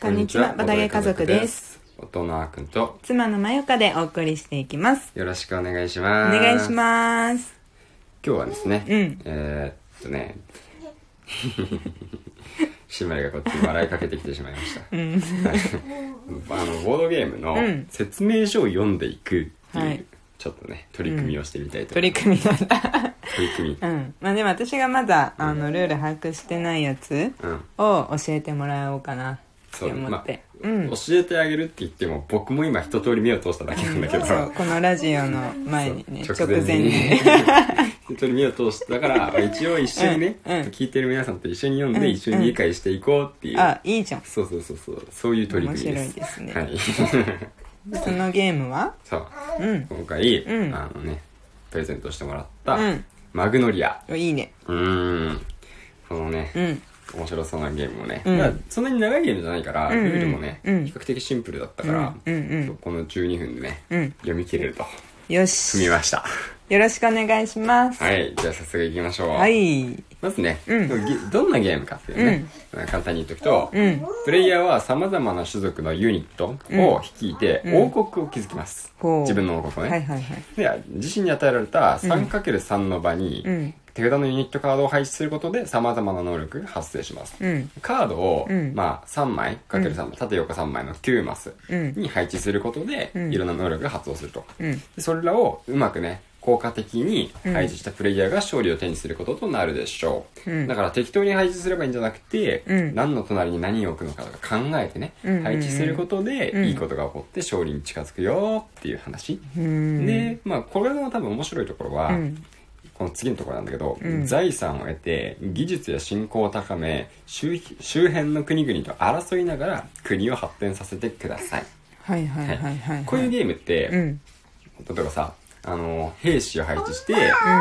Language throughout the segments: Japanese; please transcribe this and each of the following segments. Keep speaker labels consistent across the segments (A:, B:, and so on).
A: こんにちは、ボドゲ家族です。。
B: 夫のあーくんと、
A: 妻のまよかでお送りしていきます。
B: よろしくお願いし
A: お
B: ます。
A: 願いし
B: す。
A: ます。
B: 今日はですね、
A: うん
B: えーっとね、 シムラがこっちに笑いかけてきてしまいました。 はいあの、ボードゲームの
A: うん
B: 説明書を読んでいくっていう、
A: はい
B: ちょっとね、取り組みをしてみたいと思
A: 取
B: い
A: り組みなんだ。
B: ます。取り組
A: うん。まあでも私がまだ、あの、ルール把握してないやつ
B: み。うん。
A: を教えてもらおうかなって
B: そう、
A: 思
B: ま
A: っ
B: あ、
A: て。うん。
B: 教えてあげるって言っても、僕も今一通り目を通しただけなんだけ ど、
A: そう、このラジオの前にね、
B: そう
A: 直前に。
B: 本当に目を通してだ から一応一緒にね、
A: うんうん
B: 聞いてる皆さんと一緒に読んで、
A: うん
B: 一緒に理解していこうっていう、
A: あ、いいじゃん。
B: そうそうそうそうそういう取り
A: 面
B: 組み
A: 白
B: で
A: い
B: す
A: ですね。
B: はい
A: そのゲームは
B: そう
A: うん。
B: 今回、
A: うん
B: あのねプレゼントしてもらった、
A: うん
B: マグノリア
A: おいいね。
B: うーんこのね、
A: うん。
B: 面白そうなゲームをね、
A: うん
B: まあそんなに長いゲームじゃないから、
A: んうん
B: ルールもね、
A: うん
B: 比較的シンプルだったから、
A: うんうんうん
B: そうこの12分でね、
A: うん
B: 読み切れると
A: よ
B: 済み
A: し。
B: ました
A: よろしくお願いします。
B: はいじゃあ早速いきましょう
A: はい。
B: まずね、
A: うん
B: でもゲどんなゲームかっていうね、まあ簡単に言っとくと、
A: うん。
B: プレイヤーは様々な種族のユニットを率いて
A: ん
B: 王国を築きます、
A: ほう
B: 自分の王国を
A: はい
B: ね、
A: はいはい。
B: で自身に与えられた 3×3 の場に、
A: うん。
B: 手札のユニットカードを配置することで様々な能力が発生します、
A: うん。
B: カードを、
A: うん
B: まあ、3枚 ×3 枚、縦横3枚の9マス
A: うん
B: に配置することで、
A: うん
B: いろんな能力が発動すると、
A: うん。
B: でそれらをうまくね効果的に配置したプレイヤーが勝利を手にすることとなるでしょう、
A: うん
B: だから適当に配置すればいいんじゃなくて、
A: うん
B: 何の隣に何を置くのかとか考えてね、
A: うんうんうん
B: 配置すること
A: うん
B: でいいことが起こって勝利に近づくよっていう話、
A: うん。
B: でまあこれの多分面白いところ
A: う
B: は、
A: ん。
B: この次のところなんだけど、
A: うん
B: 財産を得て技術や信仰を高め周周辺の国々と争いながら国を発展させてください、
A: はいはいはいはいはい。
B: こういうゲームって、
A: うん。
B: 例えばさ、あの、兵士を配置して、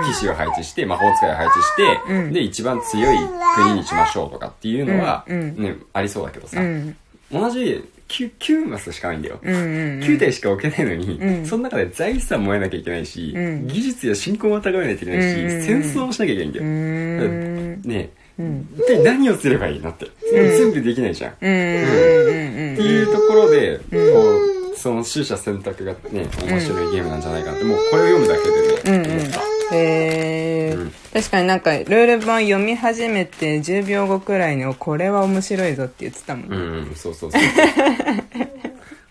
B: 騎士を配置して、魔法使いを配置して、
A: うん
B: で、一番強い国にしましょうとかっていうのは、
A: うんうん
B: ね、ありそうだけどさ、
A: うん。
B: 同じ 9, 9マスしかないんだよ。
A: うんうん。
B: 9体しか置けないのに、
A: うん
B: その中で財産も得なきゃいけないし、
A: うん
B: 技術や信仰も高めないといけないし、
A: うん
B: 戦争もしなきゃいけないんだ
A: うー
B: よ。
A: ん。
B: ねえ、
A: ん
B: 一体何をすればいいのって。全部できないじゃん。
A: うんうん
B: っていうところで、こうその取捨選択がね面白いゲームなんじゃないかなってもうこれを読むだけでね、思った
A: うん。へ
B: う
A: ー
B: ん
A: 確かになんかルール本読み始めて10秒後くらいのこれは面白いぞって言ってたもん、
B: うん、うん、そうそう そう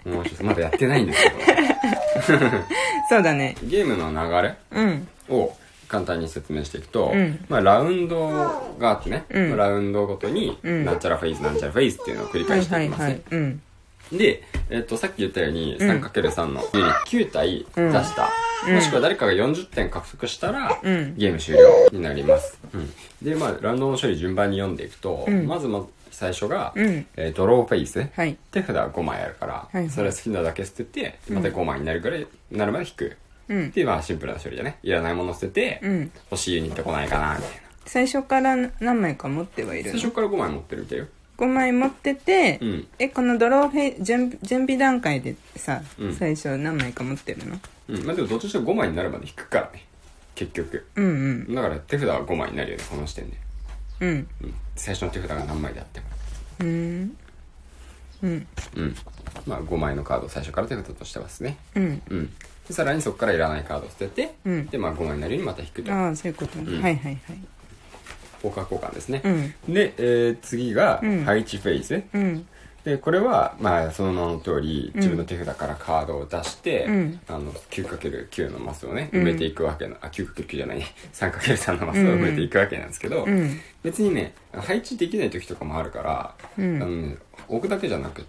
B: 面白いまだやってないんですけ
A: そうだね
B: どゲームの流れ
A: うん
B: を簡単に説明していくと、
A: うん
B: まあ、ラウンドがあってね、
A: うん
B: ラウンドごとに、
A: ん
B: なんちゃらフェイズなんちゃらフェイズっていうのを繰り
A: は
B: 返
A: い
B: して
A: はいい
B: きますね、
A: はいうん
B: で、えっとさっき言ったように 3×3 のユニット9体
A: ん
B: 出した、もしくは誰かが40点獲得したら、
A: うん
B: ゲーム終了になります、うんでまあラウンドの処理順番に読んでいくと、
A: ん
B: まずまず最初が、
A: うん
B: えードローフェイス、
A: はい
B: 手札は5枚あるから、
A: いはい
B: それは好きなだけ捨ててまた5枚になるぐらい、なるまで引く、
A: うん
B: でまあシンプルな処理だねいらないもの捨てて、
A: うん
B: 欲しいユニット来ないかなみたいな
A: 最初から何枚か持ってはいる
B: 最初から5枚持ってるみたいよ
A: 5枚持ってて、
B: うん
A: えこのドローフェイ準準備段階でさ、
B: うん
A: 最初何枚か持ってるの
B: うんまあでもどっちにしても5枚になるまで引くからね結局
A: うんうん
B: だから手札は5枚になるよねこの時点で、
A: うん
B: うん、最初の手札が何枚であっても
A: うーんうん
B: うんまあ5枚のカードを最初から手札としてますね
A: うん
B: うんでさらにそこからいらないカードを捨てて、
A: うん
B: でまあ5枚になるようにまた引くと
A: ああそういうことね、
B: うん
A: はいはいはい
B: 交換交換ですね、
A: う
B: で、えー次が
A: うん
B: 配置フェーズ、
A: うん
B: でこれはまあその名の通り自分の手札からカードを出して、
A: うん
B: あの 9×9 のマスをね
A: うん
B: 埋めていくわけな、あ 9×9 じゃないね 3×3 のマスを埋めていくわけなんですけど、
A: うん
B: 別にね配置できない時とかもあるから、
A: うん
B: あのね置くだけじゃなくっ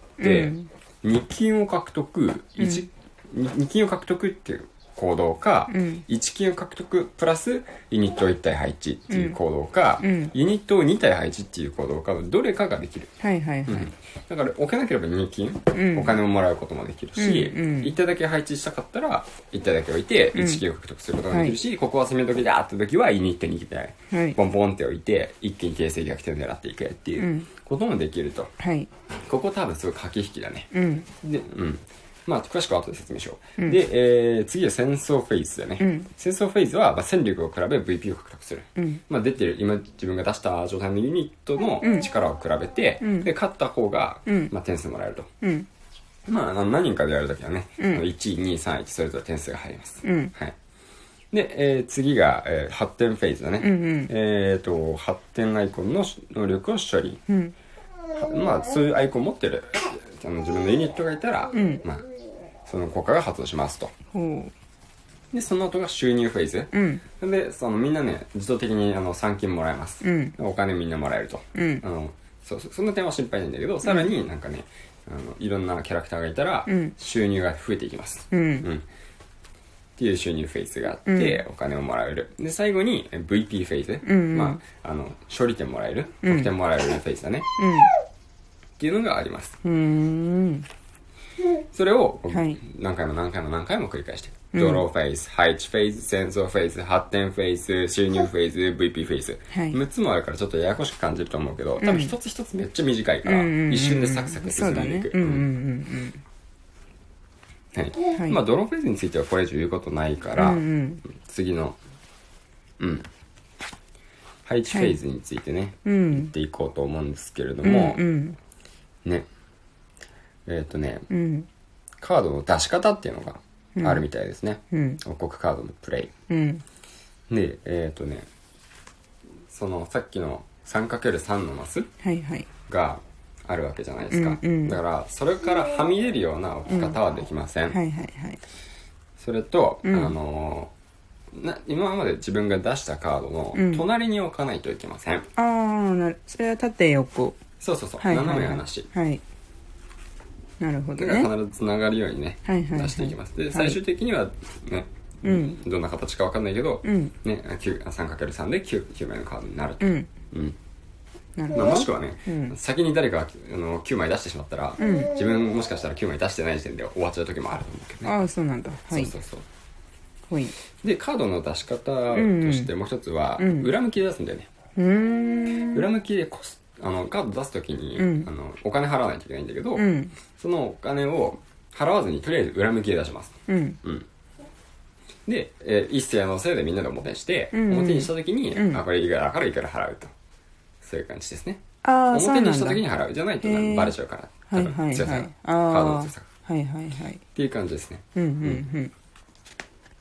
A: う
B: て、
A: ん
B: 二金を獲得一二二金を獲得っていう行動か、
A: うん
B: 一金を獲得プラスユニットを1体配置っていう行動か、
A: うんうん
B: ユニットを2体配置っていう行動かどれかができる。
A: はいはいはい、
B: だから置けなければ入金、
A: うん
B: お金をもらうこともできるし、
A: うんうん
B: 1体だけ配置したかったら1体だけ置いて
A: ん
B: 1金を獲得することができるし、ここは攻め時だって時はユニットに行きたい、
A: はい
B: ボンボンって置いて一気に形勢逆転を狙っていくっていうこともできると、
A: はい
B: ここ多分すごい駆け引きだね
A: うん
B: でうんまあ、詳しくは後で説明しよう。で、えー次は戦争フェーズだよね。戦争フェーズは、まあ、戦力を比べ VP を獲得する。まあ、出てる、今自分が出した状態のユニットの力を比べて、で、勝った方が、まあ、点数もらえると。
A: ん
B: まああの、何人かでやるときはね、1位、2位、3位、それぞれ点数が入ります。はい。で、えー次が、えー発展フェーズだね。えっ、と、発展アイコンの能力を処理。はまあ、そういうアイコン持ってる、あの自分のユニットがいたら、まあ、その効果が発動しますと。
A: ほう
B: で、その後が収入フェーズ。で、そのみんなね、自動的にあの参金もらえます、
A: ん
B: お金みんなもらえると。あのそうそうそんな点は心配ないんだけど、さらになんかね、あのいろんなキャラクターがいたら、収入が増えていきます。
A: うん
B: うんっていう収入フェーズがあって、お金をもらえる。で、最後にえ VP フェーズ。まあ、あの、勝利点もらえる、得点もらえるフェーズだね。っていうのがあります。
A: うーん
B: それを、
A: はい
B: 何回も何回も何回も繰り返していく。ドローフェーズ、配置フェーズ、戦争フェーズ、発展フェーズ、収入フェーズ、VP フェーズ。
A: はい
B: 6つもあるからちょっとややこしく感じると思うけど、多分一つ一つめっちゃ短いから、一瞬でサクサク
A: そ
B: 進
A: うんだ
B: でい
A: ね
B: く。
A: うんうん
B: はい
A: はい
B: まあドローフェーズについてはこれ以上言うことないから、
A: うんうん
B: 次の、うん、配置フェーズについてね、
A: うんうん
B: 言っていこうと思うんですけれども、
A: うん
B: ね、えっ、とね、
A: うん
B: カードの出し方っていうのがあるみたいですね。
A: うん
B: 王国カードのプレイ。
A: うん
B: で、えっ、とね、そのさっきの 3×3 のマス
A: はいはい
B: があるわけじゃないですか。
A: うんうん
B: だから、それからはみ出るような置き方はできません。
A: はいはいはい
B: それと、あのーな今まで自分が出したカードの隣に置かないといけません。
A: ああなるそれは縦横
B: そうそうそう、
A: はいはい
B: 斜め
A: はい
B: はなし。
A: はいなるほど
B: だ
A: ね
B: から必ずつながるようにね、
A: はいはいはい
B: 出していきます。で、
A: い
B: 最終的にはね、
A: うん
B: どんな形かわかんないけど、
A: うん
B: ね、9 3×3 で 9, 9枚のカードになると。
A: うん
B: うん
A: なるほ
B: まあ、も
A: ど
B: しくはね、先に誰かがあの9枚出してしまったら、自分もしかしたら9枚出してない時点で終わっちゃう時もあると思うけどね。
A: ああそうなんだはい
B: そうそうそう。
A: ほい
B: でカードの出し方としてもう一つは、裏向きで出すんだよね、
A: うーん
B: 裏向きでコスあのカード出す時に、あのお金払わないといけないんだけど、
A: うん
B: そのお金を払わずにとりあえず裏向きで出します
A: うん
B: で、えー一斉のせいでみんなで表にして、
A: んうん
B: 表にした時に、
A: うん
B: あこれいくらだからいくら払うとそういう感じですね
A: ああそうな
B: 表
A: んだ
B: にした時に払うじゃないと
A: へー
B: バレちゃうから
A: はいはい
B: 強さ
A: は
B: が
A: い
B: カ
A: あ
B: ードの
A: あ
B: 強さが
A: はいはいはい
B: っていう感じですね
A: うんうんうん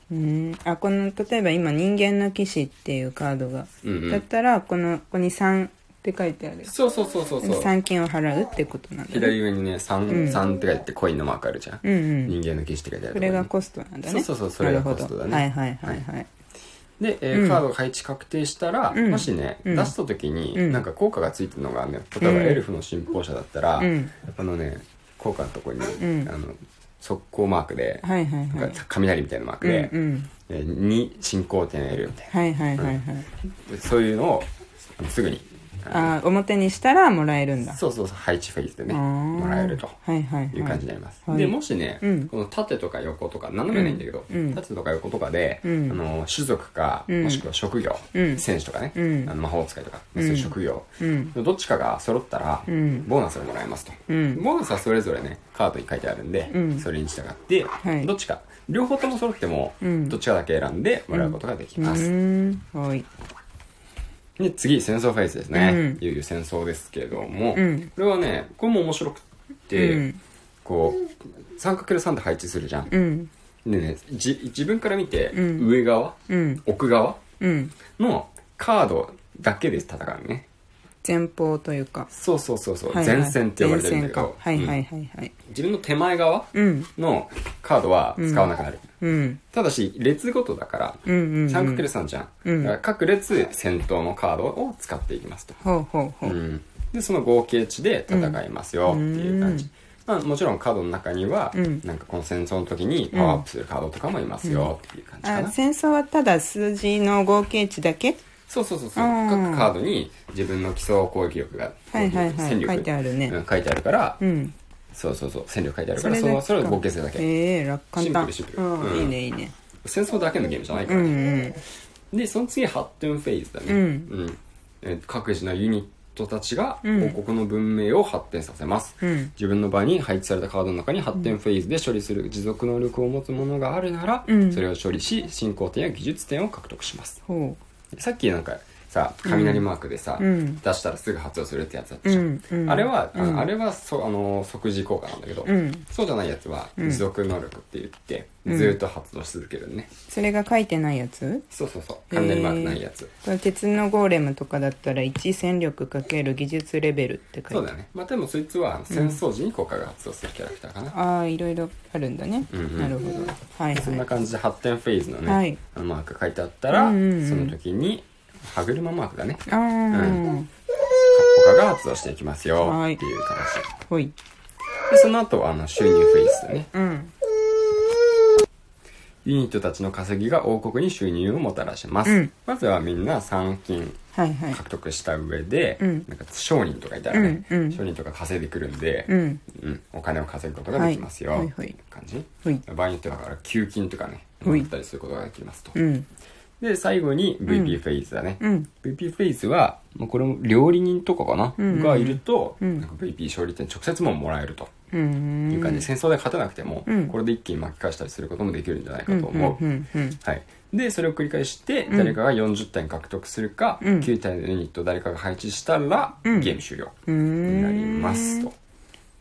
A: うんあこの例えば今「人間の騎士」っていうカードが、
B: うんうん
A: だったらこのここに「3」って書いてある
B: そうそうそうそうそう
A: 三金を払うってことなんだ、ね、
B: 左上にね3、三って書いてコインのマークあるじゃん、
A: うんうん
B: 人間の騎士って書いてあ
A: そ
B: るところ
A: れ
B: に
A: がコストなんだね
B: そうそうそうそれが
A: なるほど
B: コストだね
A: はいはいはいはい
B: で、えーカードが配置確定したら、もしね、出した時に、なんか効果がついてるのがね例えばエルフの信奉者だったら、
A: ん
B: あのね効果のとこに、あの速攻マークで、
A: はいはいは
B: なん
A: い
B: か雷みたいなマークで、
A: うんうん
B: えーに進行点を得るみたい
A: はいはいはいはい、
B: なそういうのをすぐに
A: ああ表にしたらもらえるんだ
B: そうそうそう配置フェーズでね
A: あー
B: もらえると。
A: はいはいはい
B: いう感じになります、
A: はい
B: でもしね、
A: うん
B: この縦とか横とか斜めないんだけど、
A: うん
B: 縦とか横とかで、
A: ん
B: あの種族か、
A: ん
B: もしくは職業、
A: うん
B: 選手とかね、
A: うん
B: あの魔法使いとか、そういう職業、
A: うん
B: どっちかが揃ったら、
A: ん
B: ボーナスをもらえますと、
A: うん
B: ボーナスはそれぞれねカードに書いてあるんで、
A: うん
B: それに従って、
A: はい
B: どっちか両方とも揃っても、
A: うん
B: どっちかだけ選んでもらうことができ
A: う
B: ます、
A: ーんはい
B: で次戦争フェーズですね、
A: うん
B: いよいよ戦争ですけども、
A: うん
B: これはねこれも面白くって、
A: うん
B: こう 3×3 で配置するじゃん、
A: うん
B: でねじ自分から見て、
A: うん
B: 上側
A: うん
B: 奥側
A: うん
B: のカードだけで戦うね
A: 前方というか
B: そうそうそうそう、
A: はいはい
B: 前線って呼ばれてるんだけど、
A: 前線かはいは
B: う
A: いは
B: ん
A: いはい
B: 自分の手前側
A: うん
B: のカードは使わなくなる、
A: うん
B: ただし列ごとだから、
A: うんうんうん
B: 3×3 じゃん、
A: うん
B: だから各列先頭のカードを使っていきますと
A: ほうほうほう
B: でその合計値で戦いますよっていう感じ、まあ、もちろんカードの中には、
A: うん
B: なんかこの戦争の時にパワーアップするカードとかもいますよっていう感じかな、
A: あ戦争はただ数字の合計値だけ
B: そうそうそうそう
A: あー
B: 各カードに自分の基礎攻撃力が、
A: はいはいはい
B: 戦力
A: 書いてあるね
B: うん書いてあるから、
A: うん
B: そうそうそう戦力書いてある
A: そ
B: から
A: れ
B: そ
A: だけ
B: の
A: か
B: それを合計するだけ、
A: ええー、楽簡単
B: シンプルシンプル
A: うん
B: うん
A: いいねいいね
B: 戦争だけのゲームじゃないか
A: う
B: ら、
A: ん
B: ね
A: うん
B: でその次発展フェーズだね、
A: うん
B: うんえー各自のユニッ人たちが王国の文明を発展させます、
A: うん
B: 自分の場に配置されたカードの中に発展フェーズで処理する持続能力を持つものがあるなら、
A: うん
B: それを処理し進行点や技術点を獲得します
A: ほ
B: さっきなんかさ雷マークでさ、
A: うん
B: 出したらすぐ発動するってやつだったじゃん、
A: うんうん
B: あれは、あ
A: うん
B: あれはそあの即時効果なんだけど、
A: うん
B: そうじゃないやつは持続能力って言って、ずーっと発動し続けるね、
A: うそれが書いてないやつ
B: そうそうそう雷マークないやつ、
A: これ鉄のゴーレムとかだったら1戦力×技術レベルって書
B: そ
A: いうてあ
B: だ
A: る
B: ねまあでもそいつは戦争時に効果が発動するキャラクターかな、
A: ああいろいろあるんだね、なるほどはい
B: そんな
A: は
B: 感じで発展フェーズのね、
A: はい
B: あのマーク書いてあったら、
A: うんうんうん
B: その時に歯車マークだね
A: いああ
B: 効果が発動していきますよ
A: はい
B: っていう形
A: ほい
B: でその後あの収入フェーズだね
A: うん
B: ユニットたちの稼ぎが王国に収入をもたらします、
A: うん
B: まずはみんな参金
A: はいはい
B: 獲得した上で、
A: うん
B: なんか商人とかいたらね、
A: うんうん
B: 商人とか稼いでくるんで、
A: うん
B: うんお金を稼ぐことができますよ、
A: はいはいはい
B: って感じ、
A: ほい
B: 場合によってはだから給金とかね
A: ほい
B: 持ったりすることができますと、
A: うん
B: で最後に VP フェイズだね、
A: うん
B: VP フェイズは、まあ、これも料理人とかかな、
A: ん
B: がいると、
A: ん
B: なんか VP 勝利点直接ももらえると
A: う
B: い
A: ん
B: う感じで、戦争で勝たなくても、
A: うん
B: これで一気に巻き返したりすることもできるんじゃないかと思う、
A: うんうん
B: はい、でそれを繰り返して誰かが40点獲得するか、
A: うん
B: 9体のユニットを誰かが配置したら、
A: うん
B: ゲーム終了
A: う
B: になり
A: ん
B: ますと、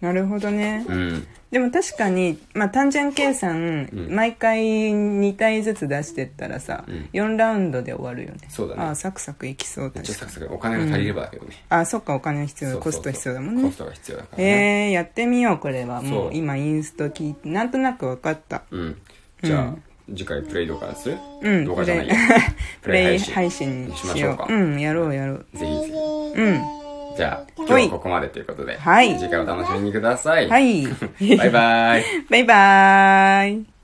A: なるほどね
B: うん、
A: でも確かに、まあ、単純計算、
B: うん
A: 毎回2体ずつ出してったらさ、
B: ん
A: 4ラウンドで終わるよね
B: そうだね
A: ああサクサクいきそう
B: めっち
A: 確
B: ゃサ
A: か
B: クサクお金が足りればだけどね、
A: あそっかお金必要だ
B: そう
A: コ
B: そうそ
A: スト
B: う
A: 必要だもん
B: コ
A: ね
B: ストが必要だからね、
A: えー、やってみようこれはも
B: そう
A: う今インスト聞いてなんとなく分かった
B: うんじゃあ、次回プレイ動画する、
A: うん
B: 動画じゃないや
A: プレ イ配
B: 配
A: 信
B: 信
A: に
B: にしま
A: し
B: しょう
A: よ
B: か、
A: ううんやろうやろう
B: ぜひぜひ
A: うん
B: じゃあ今
A: はい
B: 日はここまでということで、
A: はい
B: 次回お楽しみにください、
A: はい
B: バイバイ
A: バイバーイ